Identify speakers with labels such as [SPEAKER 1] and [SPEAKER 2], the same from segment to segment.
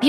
[SPEAKER 1] 美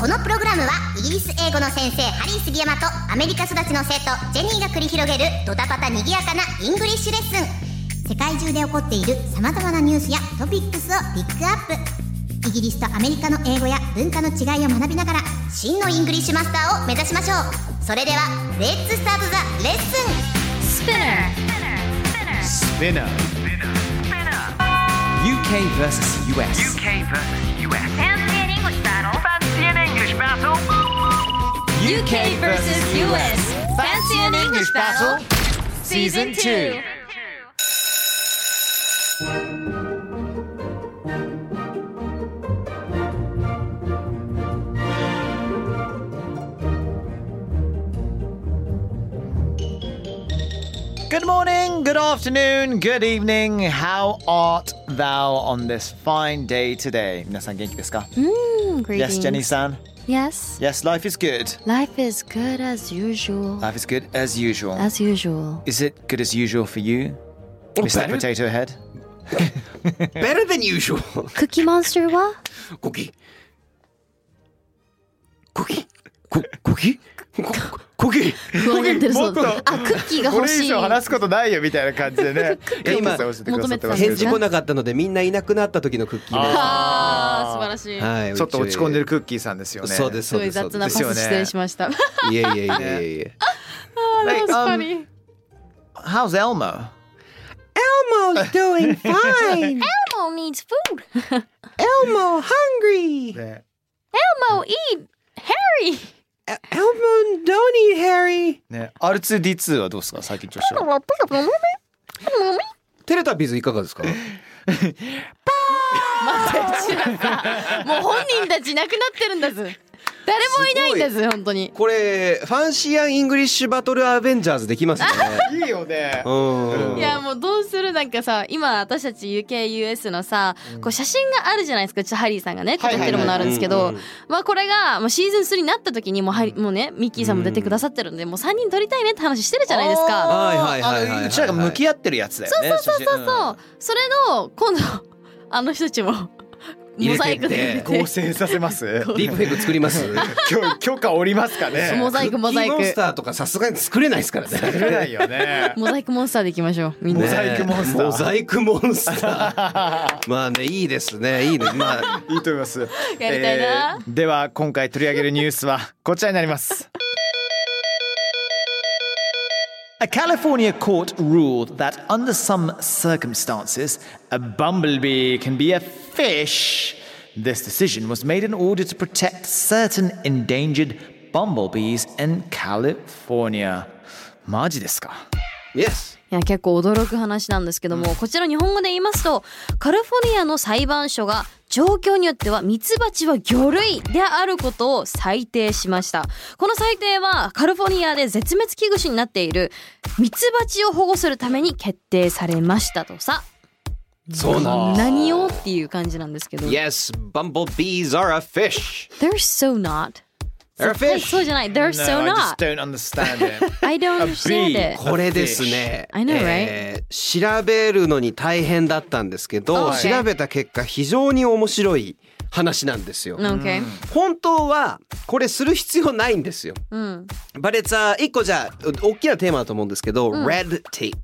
[SPEAKER 2] このプログラムはイギリス英語の先生ハリー杉山とアメリカ育ちの生徒ジェニーが繰り広げるドタパタにぎやかなイングリッシュレッスン世界中で起こっている様々なニュースやトピックスをピックアップイギリスとアメリカの英語や文化の違いを学びながら真のイングリッシュマスターを目指しましょうそれではレッツスタートザレッスン
[SPEAKER 3] Spinner. UK versus US.
[SPEAKER 4] UK versus US. Fancy an English battle. Fancy an English battle.
[SPEAKER 3] UK versus US. Fancy an English battle? Season 2. Good morning, good afternoon, good evening. How art thou on this fine day today? 皆さん元気ですか Yes,
[SPEAKER 5] Greetings.
[SPEAKER 3] Jenny san.
[SPEAKER 5] Yes.
[SPEAKER 3] Yes, life is good.
[SPEAKER 5] Life is good as usual.
[SPEAKER 3] Life is good as usual.
[SPEAKER 5] As usual.
[SPEAKER 3] Is it good as usual for you, Mr.
[SPEAKER 6] better-
[SPEAKER 3] Potato Head?
[SPEAKER 6] Better than usual.
[SPEAKER 5] Cookie Monster は
[SPEAKER 6] Cookie. Cookie. Coo- Cookie. Coo- Cookie.
[SPEAKER 5] 不安なんでるそうです
[SPEAKER 3] もっと
[SPEAKER 5] あ、クッキーが欲しい。
[SPEAKER 3] すことないよみたいな感じでね
[SPEAKER 6] いや今
[SPEAKER 5] 求めてたん
[SPEAKER 6] 返
[SPEAKER 5] です
[SPEAKER 6] 事
[SPEAKER 5] が
[SPEAKER 6] 来なかったのでみんないなくなった時のクッキーです。
[SPEAKER 5] あー、素晴らしい。
[SPEAKER 6] はい。
[SPEAKER 3] ちょっと落ち込んでる
[SPEAKER 6] ク
[SPEAKER 3] クッキーさんですよね。
[SPEAKER 6] そうです
[SPEAKER 5] す
[SPEAKER 6] そう
[SPEAKER 5] ごい
[SPEAKER 6] です。そう
[SPEAKER 5] 雑
[SPEAKER 6] で
[SPEAKER 5] なパ
[SPEAKER 3] です
[SPEAKER 5] ス
[SPEAKER 3] よね
[SPEAKER 5] 失礼しました。
[SPEAKER 6] すいやいやいやいや。
[SPEAKER 3] Like,
[SPEAKER 5] 確か
[SPEAKER 3] um,
[SPEAKER 5] に。
[SPEAKER 3] How's Elmo?
[SPEAKER 6] Elmo's doing fine.
[SPEAKER 5] Elmo needs food.
[SPEAKER 6] Elmo hungry.
[SPEAKER 3] ね
[SPEAKER 5] Elmo eat. Harry.
[SPEAKER 6] Elmo don't eat Harry.
[SPEAKER 3] R2D2 はどうですか最近調子は。
[SPEAKER 6] テレタビーズいかがですか？
[SPEAKER 5] もう本人たちいなくなってるんだず。誰もいないんだず、本当に。
[SPEAKER 6] これファンシーアンイングリッシュバトルアベンジャーズできますね。
[SPEAKER 3] いいよね
[SPEAKER 6] う。ん。
[SPEAKER 5] いやもうどうするなんかさ今私たち UKUS のさこう写真があるじゃないですかちょっとハリーさんがねこうやってるものあるんですけ
[SPEAKER 6] はいは
[SPEAKER 5] ど
[SPEAKER 6] いはい
[SPEAKER 5] まあこれがもうシーズン3になった時にもうハリもうねミッキーさんも出てくださってるんでもう3人撮りたいねって話してるじゃないですか。
[SPEAKER 6] はいはいはいはいは
[SPEAKER 3] あ
[SPEAKER 6] い。
[SPEAKER 3] のうちらが向き合ってるやつだよね。そうそうそう
[SPEAKER 5] そうそれの今度あの人たちも
[SPEAKER 6] 入れて
[SPEAKER 5] モザ
[SPEAKER 6] って
[SPEAKER 5] イクで入れ
[SPEAKER 3] 合
[SPEAKER 5] て
[SPEAKER 3] 成させます。
[SPEAKER 6] ディープフェイク作ります。
[SPEAKER 3] 許許可おりますかね。
[SPEAKER 5] モザイクモザイ
[SPEAKER 6] クッキーモンス
[SPEAKER 5] ク
[SPEAKER 6] ターとかさすがに作れないですからね。
[SPEAKER 3] 作れないよね。
[SPEAKER 5] モザイクモンスターでいきましょうみん
[SPEAKER 3] モ
[SPEAKER 5] な。
[SPEAKER 3] ザイクモンスター
[SPEAKER 6] ねモザイクモンスタ ー。まあねいいですねいいねまあ
[SPEAKER 3] いいと思います。やり
[SPEAKER 5] たいな
[SPEAKER 3] では今回取り上げるニュースはこちらになります。A California court ruled that under some circumstances, a bumblebee can be a fish. This decision was made in order to protect certain endangered bumblebees in California. マジですか
[SPEAKER 6] yes
[SPEAKER 5] いや結構驚く話なんですけども、こちら日本語で言いますとカリフォルニアの裁判所が状況によってはミツバチは魚類であることを裁定しましたこの裁定はカリフォルニアで絶滅危惧種になっているミツバチを保護するために決定されましたとさ
[SPEAKER 6] そうなん
[SPEAKER 5] 何をっていう感じなんですけど
[SPEAKER 6] yes bumblebees are a fish
[SPEAKER 5] They're so not
[SPEAKER 6] they're a
[SPEAKER 5] はいそう
[SPEAKER 6] fish
[SPEAKER 5] じゃない They're so
[SPEAKER 3] I just
[SPEAKER 5] not
[SPEAKER 3] don't understand it.
[SPEAKER 5] I don't understand
[SPEAKER 3] bee.
[SPEAKER 5] it
[SPEAKER 6] これですね
[SPEAKER 5] I know, right?
[SPEAKER 6] ー調べるのに大変だったんですけど、
[SPEAKER 5] Oh, okay.
[SPEAKER 6] 調べた結果非常に面白い話なんですよ、
[SPEAKER 5] Okay
[SPEAKER 6] 本当はこれする必要ないんですよ
[SPEAKER 5] うん
[SPEAKER 6] バレツァ一個じゃあ大きなテーマだと思うんですけど、red tape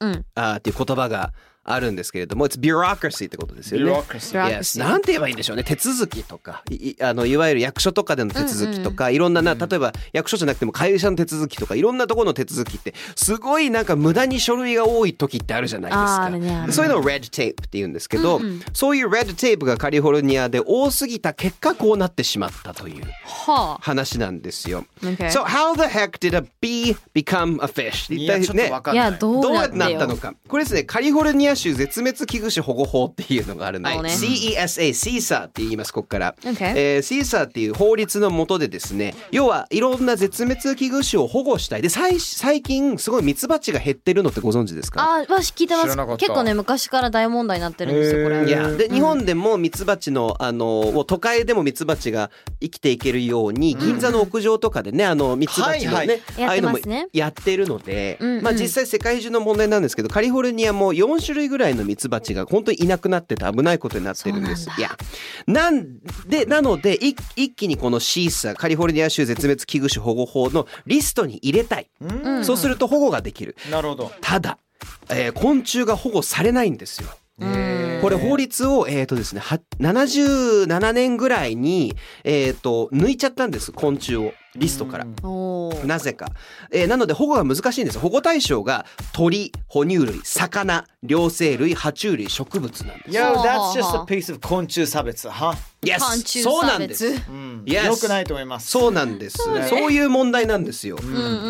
[SPEAKER 5] うん
[SPEAKER 6] あーっていう言葉があるんですけれども、it's bureaucracy ってことですよね。
[SPEAKER 3] Bureaucracy.
[SPEAKER 6] Yes なんて言えばいいんでしょうね手続きとかいいあのいわゆる役所とかでの手続きとか、いろんなな例えば役所じゃなくても会社の手続きとかいろんなところの手続きってすごいなんか無駄に書類が多い時ってあるじゃないです
[SPEAKER 5] あー
[SPEAKER 6] か。
[SPEAKER 5] あるねあるね
[SPEAKER 6] そういうのを red tape って言うんですけど、そういう red tape がカリフォルニアで多すぎた結果こうなってしまったという
[SPEAKER 5] は
[SPEAKER 6] 話なんですよ。
[SPEAKER 5] あ Okay
[SPEAKER 6] So how the heck did a bee become a fish?
[SPEAKER 3] いやちょっとわかん
[SPEAKER 5] い
[SPEAKER 3] ない。
[SPEAKER 5] やどう
[SPEAKER 6] どう
[SPEAKER 5] な
[SPEAKER 6] や
[SPEAKER 5] っ
[SPEAKER 6] ってな
[SPEAKER 5] て
[SPEAKER 6] った
[SPEAKER 5] よ
[SPEAKER 6] のか。これですね、カリフォルニア
[SPEAKER 7] 種絶滅危惧種保護法っていうのがあるので、
[SPEAKER 5] はい
[SPEAKER 7] CESA、シーサーって言います、ここから。
[SPEAKER 5] Okay
[SPEAKER 7] えー、シーサーっていう法律の下でですね、要はいろんな絶滅危惧種を保護したい。で、最最近、すごいミツバチが減ってるのってご存知ですか
[SPEAKER 5] あー、わし聞いてま
[SPEAKER 4] 知ら
[SPEAKER 5] す
[SPEAKER 4] なかっ。た
[SPEAKER 5] 結構ね、昔から大問題になってるんですよ、こ
[SPEAKER 4] へ
[SPEAKER 5] れ。
[SPEAKER 4] ー
[SPEAKER 7] いやで日本でもミツバチのあのもう都会でもミツバチが生きていけるように銀座の屋上とかでねあのミツバチのね、
[SPEAKER 3] はいはい
[SPEAKER 7] ああいうの
[SPEAKER 5] や
[SPEAKER 7] も
[SPEAKER 5] ってますね
[SPEAKER 7] やってるので、
[SPEAKER 5] うんうん
[SPEAKER 7] まあ実際世界中の問題なんですけどカリフォルニアも4種類ぐらいのミツバチが本当にいなくなってて危ないことになってるんです。いやなんでなのでい一気にこのシーサーカリフォルニア州絶滅危惧種保護法のリストに入れたい、
[SPEAKER 5] うん
[SPEAKER 7] そうすると保護ができる
[SPEAKER 3] なるほど。
[SPEAKER 7] ただ、えー昆虫が保護されないんですよ。
[SPEAKER 5] うん
[SPEAKER 7] これ法律を、えーとですね、は77年ぐらいに、えー、と抜いちゃったんです昆虫をリストから。
[SPEAKER 5] おー
[SPEAKER 7] なぜか、えーなので保護が難しいんです保護対象が鳥哺乳類魚両生類爬虫類植物なんです。
[SPEAKER 3] Yo,
[SPEAKER 5] はあ
[SPEAKER 3] that's just a piece of 昆虫差別、は、
[SPEAKER 7] Yes
[SPEAKER 5] 昆虫
[SPEAKER 7] そう
[SPEAKER 5] 差
[SPEAKER 7] なんです
[SPEAKER 5] 別。
[SPEAKER 3] うん、
[SPEAKER 7] Yes
[SPEAKER 3] よくないと思います。
[SPEAKER 7] そうなんです。そういう問題なんですよ。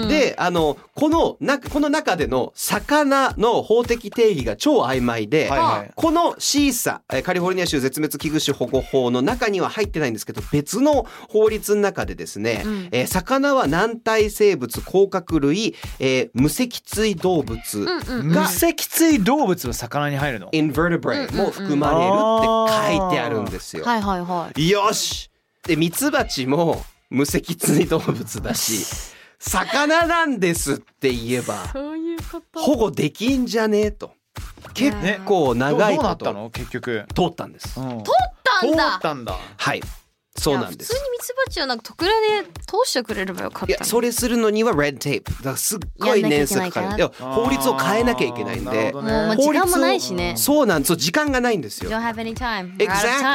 [SPEAKER 7] で、あの、この、な、この中での魚の法的定義が超曖昧で、
[SPEAKER 3] はいはい
[SPEAKER 7] このシーサ、えーカリフォルニア州絶滅危惧種保護法の中には入ってないんですけど、別の法律の中でですね、えー魚は軟体生物、甲殻類、えー無脊椎動物、
[SPEAKER 3] 無脊椎動物は魚に入るの
[SPEAKER 7] インバルブレも含まれるって書いてあるんですよ。
[SPEAKER 5] はいはいはい。
[SPEAKER 7] よしでミツバチも無脊椎動物だし魚なんですって言えば
[SPEAKER 5] そういうこと。
[SPEAKER 7] 保護できんじゃねえと結
[SPEAKER 3] ど
[SPEAKER 7] 構長い
[SPEAKER 3] どうな
[SPEAKER 7] こ
[SPEAKER 3] った
[SPEAKER 7] と
[SPEAKER 3] の結局。
[SPEAKER 7] 通ったんです
[SPEAKER 3] うん
[SPEAKER 5] たんだ
[SPEAKER 3] 通ったんだ。
[SPEAKER 7] はいそうな
[SPEAKER 5] い
[SPEAKER 7] んで
[SPEAKER 5] や普
[SPEAKER 7] す
[SPEAKER 5] 通にミツバチはなんか特例で通してくれればよかったの
[SPEAKER 7] い
[SPEAKER 5] に。
[SPEAKER 7] やそれするのには red tape だからすっごい年数かかる
[SPEAKER 5] やん
[SPEAKER 7] いや
[SPEAKER 5] な
[SPEAKER 7] 法律を変えなきゃいけないん
[SPEAKER 3] あーなる
[SPEAKER 7] で
[SPEAKER 3] ほど
[SPEAKER 5] もう
[SPEAKER 3] ね
[SPEAKER 5] まあ時間もないしね。
[SPEAKER 7] そうなんですそう時間がないんですよ
[SPEAKER 5] Don't have any time. We're out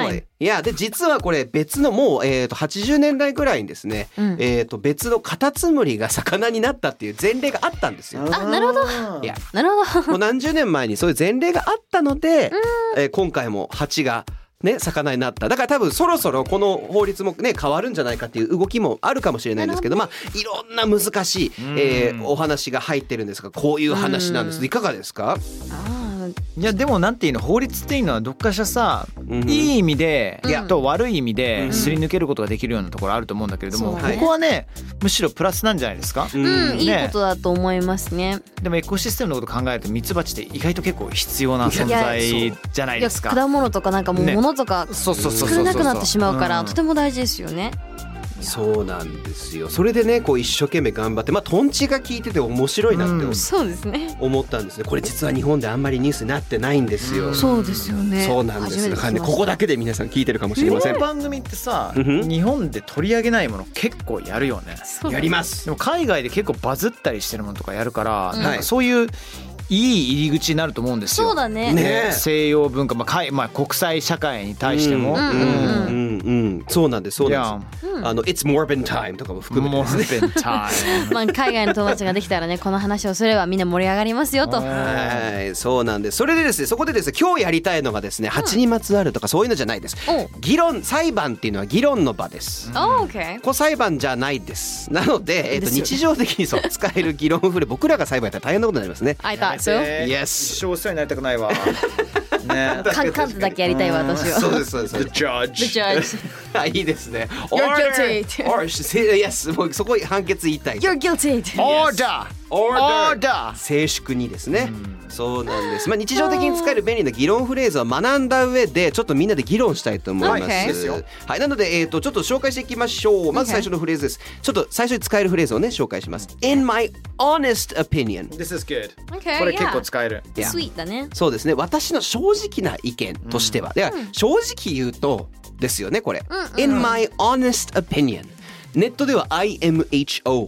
[SPEAKER 5] of
[SPEAKER 7] Exactly. いやで実はこれ別のもう、えー、と80年代ぐらいにですね、
[SPEAKER 5] うん
[SPEAKER 7] えー、と別のカタツムリが魚になったっていう前例があったんですよ。
[SPEAKER 5] time. あ、なるほど。
[SPEAKER 7] いや
[SPEAKER 5] なるほど。
[SPEAKER 7] もう何十年前にそういう前例があったので、えー今回も蜂が。ね、魚になっただから多分そろそろこの法律もね変わるんじゃないかっていう動きもあるかもしれないんですけどまあいろんな難しい、えーお話が入ってるんですがこういう話なんですいかがですか、
[SPEAKER 5] あー
[SPEAKER 3] いやでもなんていうの法律っていうのはどっかしらさ、
[SPEAKER 7] うん
[SPEAKER 3] いい意味で、
[SPEAKER 7] いや
[SPEAKER 3] と悪い意味
[SPEAKER 7] う
[SPEAKER 3] で
[SPEAKER 7] ん
[SPEAKER 3] すり抜けることができるようなところあると思うんだけれども、
[SPEAKER 5] そう
[SPEAKER 3] こ
[SPEAKER 5] だね
[SPEAKER 3] こはねむしろプラスなんじゃないですか、
[SPEAKER 7] うん
[SPEAKER 5] うん、いい
[SPEAKER 3] ね
[SPEAKER 5] ことだと思いますね。
[SPEAKER 3] でもエコシステムのこと考えるとミツバチって意外と結構必要な存
[SPEAKER 7] い
[SPEAKER 3] 在
[SPEAKER 7] や
[SPEAKER 3] じゃない
[SPEAKER 5] いや
[SPEAKER 3] ですか。
[SPEAKER 5] 果物とかなんかもう
[SPEAKER 3] ね
[SPEAKER 5] 物とか
[SPEAKER 3] そうそうそうそう
[SPEAKER 5] 作れなくなってしまうから、
[SPEAKER 3] ん
[SPEAKER 5] とても大事ですよね。
[SPEAKER 7] そうなんですよそれでねこう一生懸命頑張ってまあトンチが効いてて面白いなって
[SPEAKER 3] うん
[SPEAKER 5] そうですね。
[SPEAKER 7] 思ったんですねこれ実は日本であんまりニュースになってないんですよ、
[SPEAKER 5] そうですよね。
[SPEAKER 7] そうなんです
[SPEAKER 5] 初め
[SPEAKER 7] だ
[SPEAKER 5] て
[SPEAKER 7] か
[SPEAKER 5] 聞
[SPEAKER 7] ら
[SPEAKER 5] きまし
[SPEAKER 7] ね
[SPEAKER 5] た
[SPEAKER 7] ここだけで皆さん聞いてるかもしれ
[SPEAKER 3] こ
[SPEAKER 7] ません
[SPEAKER 3] の番組ってさ
[SPEAKER 7] うんうん
[SPEAKER 3] 日本で取り上げないもの結構やるよね
[SPEAKER 7] やります
[SPEAKER 3] でも海外で結構バズったりしてるものとかやるから、
[SPEAKER 7] ん
[SPEAKER 3] なんかそういういい入り口になると思うんですよ
[SPEAKER 5] そうだね。
[SPEAKER 7] ねえ
[SPEAKER 3] 西洋文化、まあ海まあ、国際社会に対しても、
[SPEAKER 7] うんうんうんうんそうなんですそう
[SPEAKER 3] い
[SPEAKER 7] な
[SPEAKER 3] や
[SPEAKER 7] んですあの It's Morbin Time とかも含めて
[SPEAKER 3] モルベンタイム
[SPEAKER 5] まあ海外の友達ができたらね、この話をすればみんな盛り上がりますよと。
[SPEAKER 7] はいそうなんですそれでですねそこでですね今日やりたいのがですね蜂にまつわるとかそういうのじゃないです
[SPEAKER 5] おう
[SPEAKER 7] 議論裁判っていうのは議論の場です
[SPEAKER 5] オーケー。
[SPEAKER 7] こう裁判じゃないですなので、えっと、日常的にそう使える議論フレ僕らが裁判やったら大変なことになりますね
[SPEAKER 5] I thought so.
[SPEAKER 7] ー Yes
[SPEAKER 3] 一生お世話になりたくない わね
[SPEAKER 5] カンカンってだけやりたいわ私は。
[SPEAKER 7] そうですそうですそう
[SPEAKER 3] The
[SPEAKER 7] です
[SPEAKER 5] The
[SPEAKER 3] judge
[SPEAKER 5] judge.
[SPEAKER 7] あいいですね
[SPEAKER 5] You're
[SPEAKER 7] Order
[SPEAKER 5] guilty.
[SPEAKER 7] Or Yes もうそこ判決言いたい
[SPEAKER 5] You're guilty.
[SPEAKER 3] Order
[SPEAKER 7] Order
[SPEAKER 3] Order
[SPEAKER 7] 静粛にですねそうなんですまあ日常的に使える便利な議論フレーズを学んだ上でちょっとみんなで議論したいと思います、
[SPEAKER 5] Okay です
[SPEAKER 7] はいなのでえっ、とちょっと紹介していきましょうまず最初のフレーズですちょっと最初に使えるフレーズをね紹介します In my honest opinion
[SPEAKER 3] This is good
[SPEAKER 5] Okay,
[SPEAKER 3] これ結
[SPEAKER 5] yeah.
[SPEAKER 3] 構使える
[SPEAKER 7] Yeah
[SPEAKER 5] Sweet だね。
[SPEAKER 7] そうですね私の正直な意見としては、では正直言うとですよねこれ、In my honest opinion ネットでは IMHO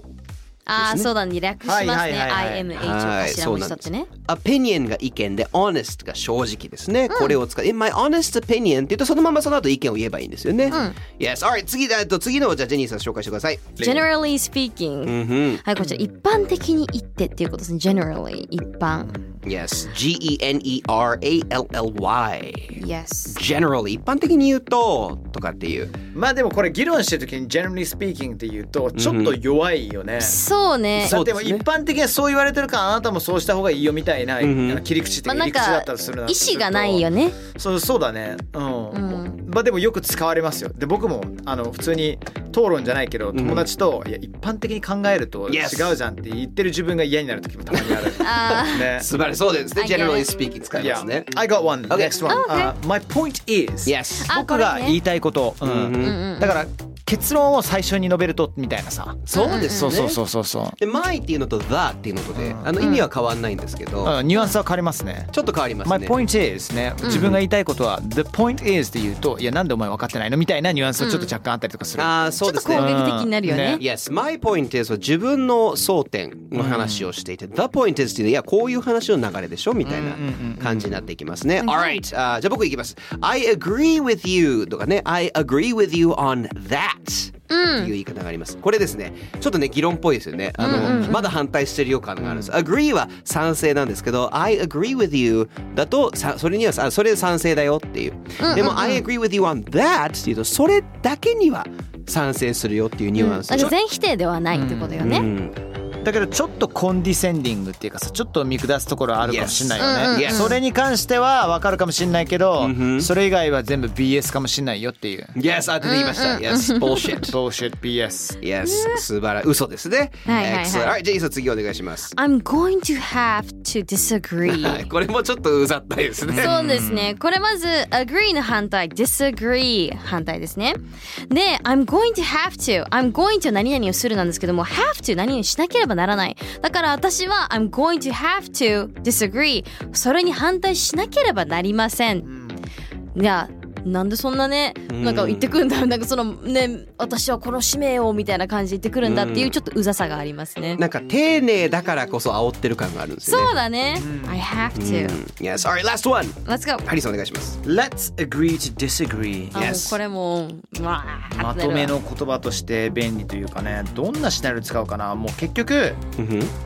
[SPEAKER 5] ああ、そうだね。略しますね。
[SPEAKER 3] はいはいはいはい
[SPEAKER 5] IMH を頭文字だってね。
[SPEAKER 7] opinion が意見で honest が正直ですね、これを使う In my honest opinion って言うとそのままその後意見を言えばいいんですよね、Yes alright 次だえっと次のじゃあジェニーさん紹介してください
[SPEAKER 5] Generally speaking、はい、こちら一般的に言ってっていうことですね。Generally 一般。
[SPEAKER 7] Yes G-E-N-E-R-A-L-L-Y
[SPEAKER 5] Yes。
[SPEAKER 7] generally 一般的に言うととかっていう
[SPEAKER 3] まあでもこれ議論してる時に generally speaking って言うとちょっと弱いよね、
[SPEAKER 5] そうね
[SPEAKER 7] そう
[SPEAKER 3] で
[SPEAKER 7] で
[SPEAKER 3] も
[SPEAKER 7] すね
[SPEAKER 3] 一般的にはそう言われてるからあなたもそうした方がいいよみたいな、
[SPEAKER 7] んうん
[SPEAKER 3] あの切り口って
[SPEAKER 5] ま
[SPEAKER 3] い
[SPEAKER 5] あ
[SPEAKER 3] う
[SPEAKER 5] な
[SPEAKER 3] か理屈
[SPEAKER 5] ん
[SPEAKER 3] だ
[SPEAKER 5] か
[SPEAKER 3] ったりするな
[SPEAKER 5] 意思がないよね
[SPEAKER 3] そうそうだねうん、
[SPEAKER 5] うん
[SPEAKER 3] まあでもよく使われますよで僕もあの普通に討論じゃないけど友達と、いや一般的に考えると違
[SPEAKER 7] Yes
[SPEAKER 3] うじゃんって言ってる自分が嫌になる時もたまにある
[SPEAKER 5] あ ー
[SPEAKER 3] ね
[SPEAKER 7] 素晴らしいそうですね
[SPEAKER 5] あ
[SPEAKER 7] ジェネラル
[SPEAKER 5] yeah.
[SPEAKER 7] スピーキング 使いま
[SPEAKER 3] Yeah.
[SPEAKER 7] すね
[SPEAKER 3] I got one.
[SPEAKER 7] Okay.
[SPEAKER 3] Next one. Uh, my point is.
[SPEAKER 7] Yes
[SPEAKER 5] あ
[SPEAKER 3] 僕が
[SPEAKER 5] これね
[SPEAKER 3] 言いたいこと。うん
[SPEAKER 7] うんうん
[SPEAKER 5] うんうん
[SPEAKER 3] だから結論を最初に述べるとみたいなさ。
[SPEAKER 7] そうですね
[SPEAKER 3] そうそうそうそうそう。
[SPEAKER 7] で「my」っていうのと「the」っていうのとであの意味は変わんないんですけど、
[SPEAKER 3] うんニュアンスは変わりますね。
[SPEAKER 7] ちょっと変わります
[SPEAKER 3] My
[SPEAKER 7] ね
[SPEAKER 3] point is ね、自分が言いたいことは、the point is って言うと、いや、なんでお前分かってないのみたいなニュアンスはちょっと若干あったりとかする。
[SPEAKER 7] ああそう
[SPEAKER 5] ちょ
[SPEAKER 7] で
[SPEAKER 5] っと
[SPEAKER 7] す
[SPEAKER 5] 攻
[SPEAKER 7] ね
[SPEAKER 5] 撃的になるよね
[SPEAKER 3] うんね
[SPEAKER 7] Yes, my point is は自分の争点の話をしていて、the point is っていうのはいやこういう話の流れでしょみたいな感じになっていきますね。Alright, あーじゃあ僕いきます。I agree with you とかね、I agree with you on that っていう言い方があります。これですね、ちょっとね議論っぽいですよね。あの、まだ反対してるよ感があるんです。agree は賛成なんですけど、I agree with you だとさそれにはさそれ賛成だよっていう。でも、I agree with you on that っていうとそれだけには賛成するよっていうニュアンス。
[SPEAKER 5] なんか全否定ではないってことよね
[SPEAKER 3] だけどちょっとコンディセンディングっていうかさちょっと見下すところあるかもしれないよね、
[SPEAKER 7] Yes.
[SPEAKER 3] それに関しては分かるかもしれないけど、
[SPEAKER 7] Mhm.
[SPEAKER 3] それ以外は全部 BS かもしれないよっていう
[SPEAKER 7] Yes あ出てきました。Yes bullshit。
[SPEAKER 3] Bullshit BS
[SPEAKER 7] Yes 素晴らしい嘘ですね。
[SPEAKER 5] はいはいはい
[SPEAKER 7] Excellent はいじゃあイーサ次お願いします。
[SPEAKER 5] I'm going to have to disagree
[SPEAKER 7] はいこれもちょっとうざったいですね。
[SPEAKER 5] そうですね。これまず agree の反対 disagree 反対ですね。で I'm going to have to I'm going to 何々をするなんですけども have to 何々しなければならない。だから私は I'm going to have to disagree それに反対しなければなりません。いやなんでそんなねなんか言ってくるんだなんかそのね私はこの使命をみたいな感じで言ってくるんだっていうちょっとうざさがありますね。
[SPEAKER 7] なんか丁寧だからこそ煽ってる感があるんですよね。
[SPEAKER 5] そうだね。I have
[SPEAKER 7] うん
[SPEAKER 5] to。
[SPEAKER 7] Yes alright last one。
[SPEAKER 5] Let's go。
[SPEAKER 7] ハリーさんお願いします。
[SPEAKER 3] Let's agree to disagree
[SPEAKER 5] あもう
[SPEAKER 7] Yes
[SPEAKER 5] これもうわーってなるわ
[SPEAKER 3] まとめの言葉として便利というかねどんなシナリオ使うかなもう結局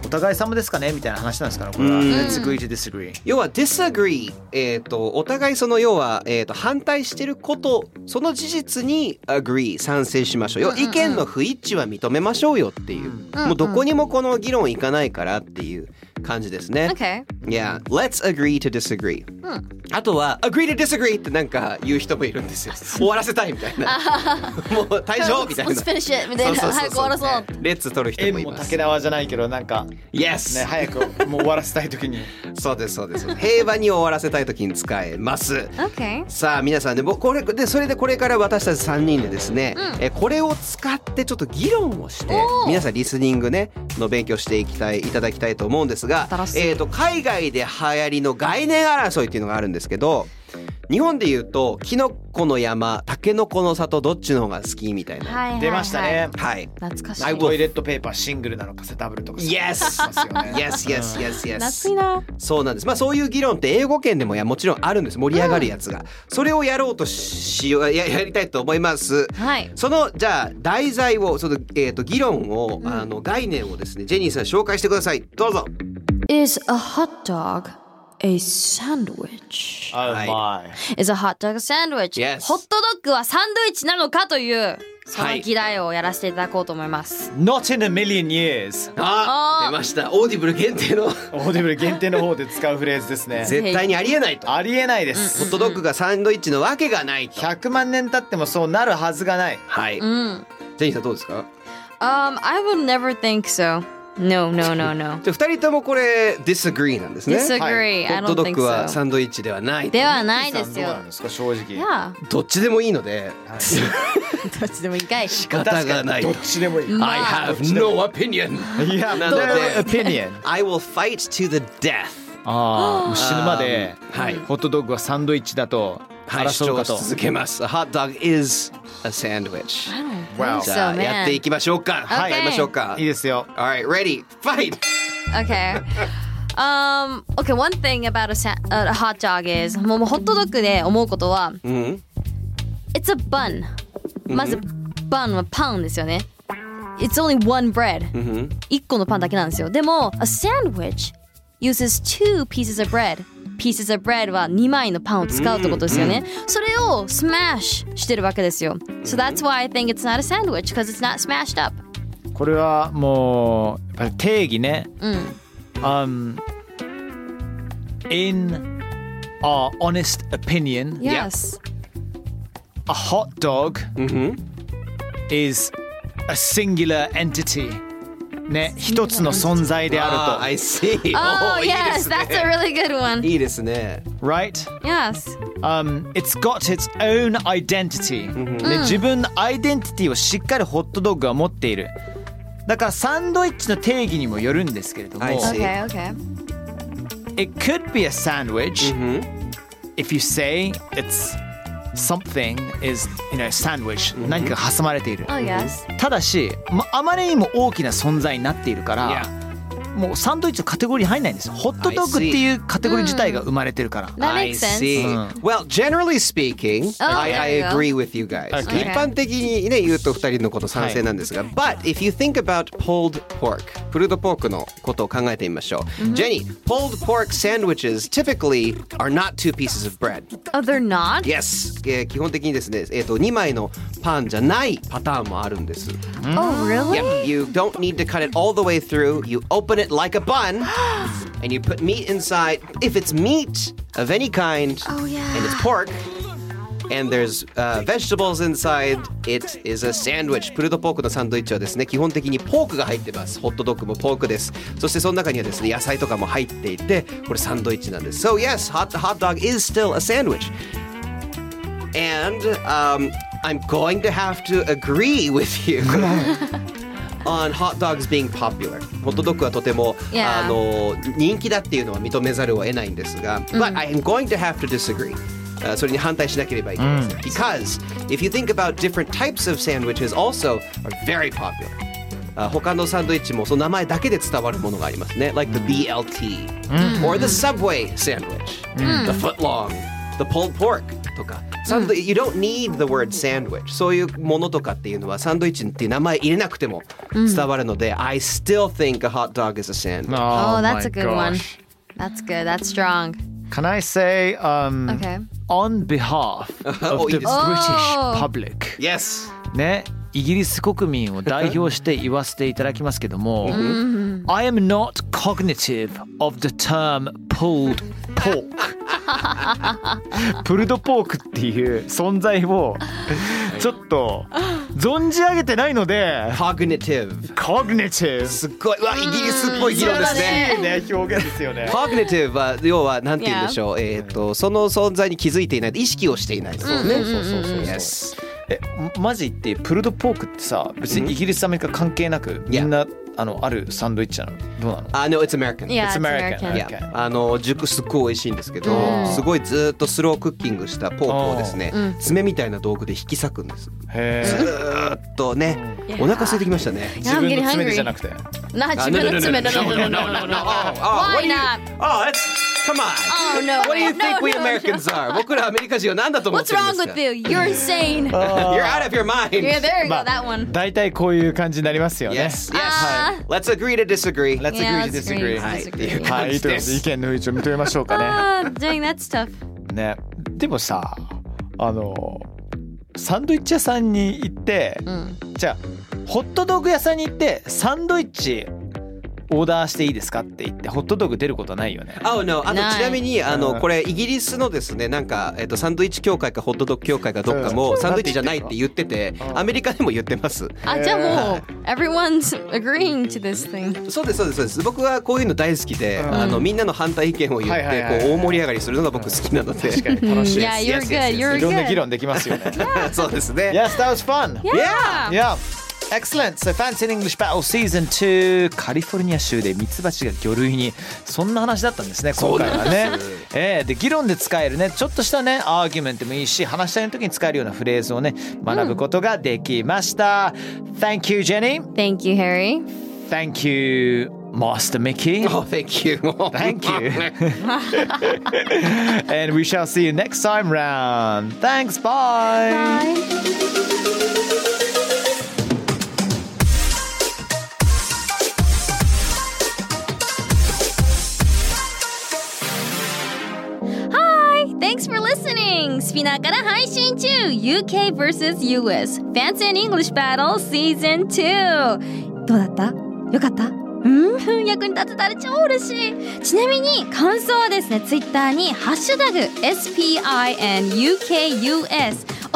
[SPEAKER 3] お互い様ですかねみたいな話なんですからこれは
[SPEAKER 7] うん
[SPEAKER 3] Let's agree to disagree
[SPEAKER 7] 要は disagree、えー、とお互いその要は、えー、と反対してることその事実に agree 賛成しましょうよ、意見の不一致は認めましょうよっていう、もうどこにもこの議論いかないからっていう感じですね。
[SPEAKER 5] Okay.
[SPEAKER 7] Yeah, let's agree to disagree、あとは agree to disagree ってなんか言う人もいるんですよ終わらせたいみたいなもう退場みたいな
[SPEAKER 5] Let's finish it みたいな
[SPEAKER 7] そうそうそうそう
[SPEAKER 5] 早く終わらそう
[SPEAKER 7] レッツ取る人
[SPEAKER 3] 縁
[SPEAKER 7] もい
[SPEAKER 3] も
[SPEAKER 7] ます
[SPEAKER 3] 竹縄じゃないけどなんかね
[SPEAKER 7] Yes、
[SPEAKER 3] 早くもう終わらせたい時に
[SPEAKER 7] そうですそうです平和に終わらせたい時に使えます
[SPEAKER 5] Okay.
[SPEAKER 7] さあ皆さんで僕これでそれでこれから私たち3人でですね、えこれを使ってちょっと議論をして皆さんリスニングねの勉強していきたいいただきたいと思うんですが
[SPEAKER 5] 新しい
[SPEAKER 7] えー、と海外で流行りの概念争いっていうのがあるんですけど日本で言うとキノコの山タケノコの里どっちの方が好きみたいな。
[SPEAKER 5] はいはいは い
[SPEAKER 3] 出ましたね
[SPEAKER 7] はい
[SPEAKER 5] 懐かしい
[SPEAKER 7] はい
[SPEAKER 3] トイレットペーパーシングルなのかセダブルとか
[SPEAKER 7] Yes!
[SPEAKER 3] そうですよね
[SPEAKER 7] Yes, yes, yes, yes.
[SPEAKER 5] 懐かしいな
[SPEAKER 7] そうなんです。まあそういう議論って英語圏でもいやもちろんあるんです。盛り上がるやつが。それをやろうとしようややりたいと思います。
[SPEAKER 5] はい
[SPEAKER 7] そのじゃあ題材をそのえっ、と議論を、あの概念をですねジェニーさん紹介してください。どうぞ。
[SPEAKER 5] Is a hot dog a sandwich?
[SPEAKER 3] Oh
[SPEAKER 7] はい
[SPEAKER 3] my
[SPEAKER 5] Is a hot dog a sandwich?
[SPEAKER 7] Yes
[SPEAKER 5] ホットドッグはサンドイッチなのかというそ
[SPEAKER 7] は
[SPEAKER 5] の
[SPEAKER 7] い
[SPEAKER 5] 議題をやらせていただこうと思います。
[SPEAKER 3] Not in a million years
[SPEAKER 7] あ
[SPEAKER 5] あー
[SPEAKER 7] 出ました。オーディブル限定の
[SPEAKER 3] オーディブル限定の方で使うフレーズです ね
[SPEAKER 7] 絶対にありえないと。
[SPEAKER 3] ありえないです
[SPEAKER 7] ホットドッグがサンドイッチのわけがないと。
[SPEAKER 3] 100万年経ってもそうなるはずがない
[SPEAKER 7] はい。
[SPEAKER 5] うん。
[SPEAKER 7] ジェニーさんどうですか。
[SPEAKER 5] Um, I would never think so. No, no, no, no.
[SPEAKER 7] じゃあ二人ともこれ disagree なんですね。
[SPEAKER 5] Disagree.
[SPEAKER 7] ホ
[SPEAKER 5] I
[SPEAKER 7] ット
[SPEAKER 5] don't
[SPEAKER 7] ドッ
[SPEAKER 5] think
[SPEAKER 7] グは
[SPEAKER 5] so.
[SPEAKER 7] サンドイッチではない。
[SPEAKER 5] ではないです
[SPEAKER 3] どう
[SPEAKER 5] よ
[SPEAKER 3] なん。ですか正直
[SPEAKER 5] Yeah.
[SPEAKER 7] どっちでもいいので
[SPEAKER 5] どっちでもいいかい。
[SPEAKER 7] 仕方がない
[SPEAKER 3] ど
[SPEAKER 7] と
[SPEAKER 3] っ。ちでもいい。
[SPEAKER 7] I have no opinion.
[SPEAKER 3] い や、
[SPEAKER 7] なので
[SPEAKER 3] opinion。
[SPEAKER 7] I will fight to the death.
[SPEAKER 3] ああ、もう死ぬまで、
[SPEAKER 7] はい
[SPEAKER 3] ホットドッグはサンドイッチだと
[SPEAKER 7] はい、主
[SPEAKER 3] 争う
[SPEAKER 7] 張
[SPEAKER 3] か
[SPEAKER 7] を
[SPEAKER 3] と。
[SPEAKER 7] 続けます。A hot dog is a sandwich.
[SPEAKER 3] Wow
[SPEAKER 7] じゃあ
[SPEAKER 5] So, man.
[SPEAKER 7] やっていきましょうか。はい、やりましょうか。
[SPEAKER 3] いいですよ。
[SPEAKER 7] Alright, ready, fight!
[SPEAKER 5] Okay. Um, okay, one thing about a, sa- a hot dog is もうもうホットドッグで思うことは、
[SPEAKER 7] ん
[SPEAKER 5] It's a bun. まず、bun はパンですよね。It's only one bread. 一個のパンだけなんですよ。でも、a sandwich uses two pieces of bread. pieces of bread は2枚のパンを使うってことですよね。それを smash してるわけですよ。So that's why I think it's not a sandwich because it's not smashed up.
[SPEAKER 3] これはもうやっぱり定義ね。
[SPEAKER 5] うん。
[SPEAKER 3] Um, in our honest opinion,
[SPEAKER 5] Yes.
[SPEAKER 3] a hot dog is a singular entity. ね、一つの存在であ
[SPEAKER 7] あー、I Ah,
[SPEAKER 3] る
[SPEAKER 7] see.
[SPEAKER 5] Oh,
[SPEAKER 7] おーいい
[SPEAKER 5] yes,
[SPEAKER 7] ですね
[SPEAKER 5] that's a really good one.
[SPEAKER 7] いいですね。
[SPEAKER 3] と。Right?
[SPEAKER 5] Yes.
[SPEAKER 3] Um, it's got its own identity、ね、自分のアイデンティティをしっかりホットドッグは持っているだからサンドイッチの定義にもよるんですけれども
[SPEAKER 7] I see.
[SPEAKER 5] Okay, okay.
[SPEAKER 3] It could be a sandwich、if you say it's something is you know sandwich、何かが挟まれている
[SPEAKER 5] Oh, yes.
[SPEAKER 3] ただし、まあまりにも大きな存在になっているから、もうサンドイッチのカテゴリーに入んないんですよホットドッグっていうカテゴリー自体が生まれてるから、
[SPEAKER 5] That makes
[SPEAKER 7] I
[SPEAKER 5] sense.
[SPEAKER 7] see.
[SPEAKER 3] Uh.
[SPEAKER 7] Well, generally speaking, I,
[SPEAKER 5] Oh,
[SPEAKER 7] I
[SPEAKER 5] there you go.
[SPEAKER 7] agree with you guys.
[SPEAKER 3] Okay.
[SPEAKER 7] 一般的にね言うと二人のこと賛成なんですが、But if you think about pulled pork, プルドポークのことを考えてみましょう。Jenny, pulled pork sandwiches typically are not two pieces of bread.
[SPEAKER 5] Oh, they're not?
[SPEAKER 7] Yes. えー基本的にですね、えっ、と二枚のパンじゃないパターンもあるんです。
[SPEAKER 5] Oh, really?
[SPEAKER 7] Yep, you don't need to cut it all the way through. You open it like a bun, and you put meat inside. If it's meat of any kind, and it's pork, and there's uh, vegetables inside, it is a sandwich. プルドポークのサンドイッチはですね、基本的にポークが入ってます。ホットドッグもポークです。そしてその中にはですね、野菜とかも入っていて、これサンドイッチなんです。So yes, hot hot dog is still a sandwich. And um, I'm going to have to agree with you. on hot dogs being popular ホットドッグはとても、
[SPEAKER 5] Yeah.
[SPEAKER 7] あの人気だっていうのは認めざるを得ないんですが、But I am going to have to disagree あそれに反対しなければいけないです、Because if you think about different types of sandwiches also are very popular あ他のサンドイッチもその名前だけで伝わるものがありますね Like the BLT、or the Subway sandwich、the footlong the pulled pork とかサンド、You don't need the word sandwich そういうものとかっていうのはサンドイッチっていう名前入れなくても伝わるので、I still think a hot dog is a sandwich、
[SPEAKER 5] Oh,
[SPEAKER 3] Oh,
[SPEAKER 5] that's
[SPEAKER 3] my
[SPEAKER 5] a
[SPEAKER 3] gosh.
[SPEAKER 5] good one. That's good. That's strong.
[SPEAKER 3] Can I say um,
[SPEAKER 5] Okay.
[SPEAKER 3] on behalf of
[SPEAKER 7] おいい
[SPEAKER 3] the
[SPEAKER 7] です
[SPEAKER 3] British
[SPEAKER 7] ね
[SPEAKER 5] Oh.
[SPEAKER 3] public
[SPEAKER 7] Yes
[SPEAKER 3] ねイギリス国民を代表して言わせていただきますけども I am not cognitive of the term pulled pork プルドポークっていう存在をちょっと存じ上げてないので
[SPEAKER 7] cognitive
[SPEAKER 3] cognitive
[SPEAKER 7] すっごいうわイギリスっぽい議論ですね
[SPEAKER 3] ね表現ですよね
[SPEAKER 7] Cognitive は要はなんて言うんでしょう、えっ、とその存在に気づいていない意識をしていないそうね、そうそうそうそう Yes
[SPEAKER 3] えマジ言ってプルドポークってさ別にイギリスアメリカ関係なくみんなあのあるサンドイッチなのどうなの
[SPEAKER 7] I know it's American
[SPEAKER 5] Yeah, it's
[SPEAKER 3] American.
[SPEAKER 5] American.
[SPEAKER 3] Yeah.
[SPEAKER 7] いやあの熟すっごい美味しいんですけど、すごいずっとスロークッキングしたポークをですね、爪みたいな道具で引き裂くんです。
[SPEAKER 3] へ
[SPEAKER 7] ずーっとね、お腹空いてきましたね。
[SPEAKER 5] Yeah, I'm getting hungry.
[SPEAKER 3] くて
[SPEAKER 5] Nah, no,
[SPEAKER 7] no, no,
[SPEAKER 5] no, no, no, no,
[SPEAKER 7] no, no,
[SPEAKER 5] no, no. Why not?
[SPEAKER 7] Oh, that's come on.
[SPEAKER 5] Oh, no,
[SPEAKER 7] What do you
[SPEAKER 5] no,
[SPEAKER 7] think we
[SPEAKER 5] no,
[SPEAKER 7] Americans are? 僕らアメリカ人は何だと思っ
[SPEAKER 5] What's
[SPEAKER 7] てるんで
[SPEAKER 5] wrong
[SPEAKER 7] すか
[SPEAKER 5] with you? You're insane.
[SPEAKER 7] You're out of your mind.
[SPEAKER 5] Yeah, there you go.
[SPEAKER 3] まあ
[SPEAKER 5] That one.
[SPEAKER 3] 大体こういう感じになりますよね
[SPEAKER 7] Yes, yes. Let's agree to disagree. Let's
[SPEAKER 5] Yeah, agree to let's agree
[SPEAKER 7] disagree.
[SPEAKER 5] to
[SPEAKER 7] はい
[SPEAKER 5] disagree.
[SPEAKER 7] っていう
[SPEAKER 3] は
[SPEAKER 7] 感
[SPEAKER 3] い
[SPEAKER 7] じ
[SPEAKER 3] というこ
[SPEAKER 7] で
[SPEAKER 3] と
[SPEAKER 7] す
[SPEAKER 3] で意見の一致を認めましょうか
[SPEAKER 5] Ah, dang, that's tough.
[SPEAKER 3] ねねでもさあのサンドイッチ屋さんに行って、じゃあホットドッグ屋さんに行ってサンドイッチオーダーしていいですかって言ってホットドッグ出ることないよね
[SPEAKER 7] Oh no. あと
[SPEAKER 5] ない
[SPEAKER 7] ちなみにあのこれイギリスのですねなんかえっとサンドイッチ協会かホットドッグ協会かどっかもサンドイッチじゃないって言っててアメリカでも言ってます。
[SPEAKER 5] Ah, yeah. everyone's agreeing to this thing.
[SPEAKER 7] そうですそうですそうです。僕はこういうの大好きで、あのみんなの反対意見を言っ
[SPEAKER 3] はいはいはい
[SPEAKER 7] てこう大盛り上がりするのが僕好きなので。
[SPEAKER 3] 楽しい
[SPEAKER 5] Yeah, you're
[SPEAKER 7] yes,
[SPEAKER 5] good.
[SPEAKER 7] yes,
[SPEAKER 5] You're
[SPEAKER 3] いろんな議
[SPEAKER 5] good.
[SPEAKER 3] 論できますよね
[SPEAKER 7] そうですね。
[SPEAKER 3] Yes, that was fun.
[SPEAKER 7] Yeah.
[SPEAKER 3] Yeah. Excellent. So Fancy in English Battle Season 2カリフォルニア州でミツバチが魚類にそんな話だったんですね今回はね。ええで議論で使えるねちょっとしたねアーギュメントもいいし話し合いの時に使えるようなフレーズをね学ぶことができました。Thank you Jenny.
[SPEAKER 5] Thank you, Harry.
[SPEAKER 3] Thank you Master Mickey.
[SPEAKER 7] Oh, thank you.
[SPEAKER 3] Thank you. And we shall see you next time round. Thanks. Bye.
[SPEAKER 5] Hi! Thanks for listening! スピナーから配信中 !UK vs.US Fancy and English Battle Season 2! どうだったよかったうん役に立てたら超嬉しいちなみに感想はですねツイッターに「ハッシュタグ #SPINUKUS」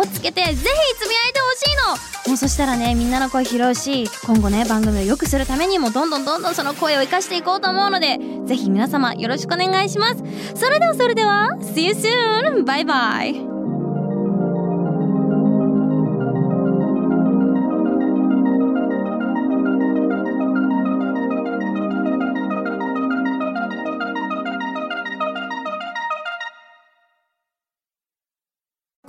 [SPEAKER 5] をつけてぜひつぶやいてほしいのもうそしたらねみんなの声拾うし今後ね番組を良くするためにもどんどんどんどんその声を生かしていこうと思うのでぜひ皆様よろしくお願いしますそれではそれでは See you soon! バイバイ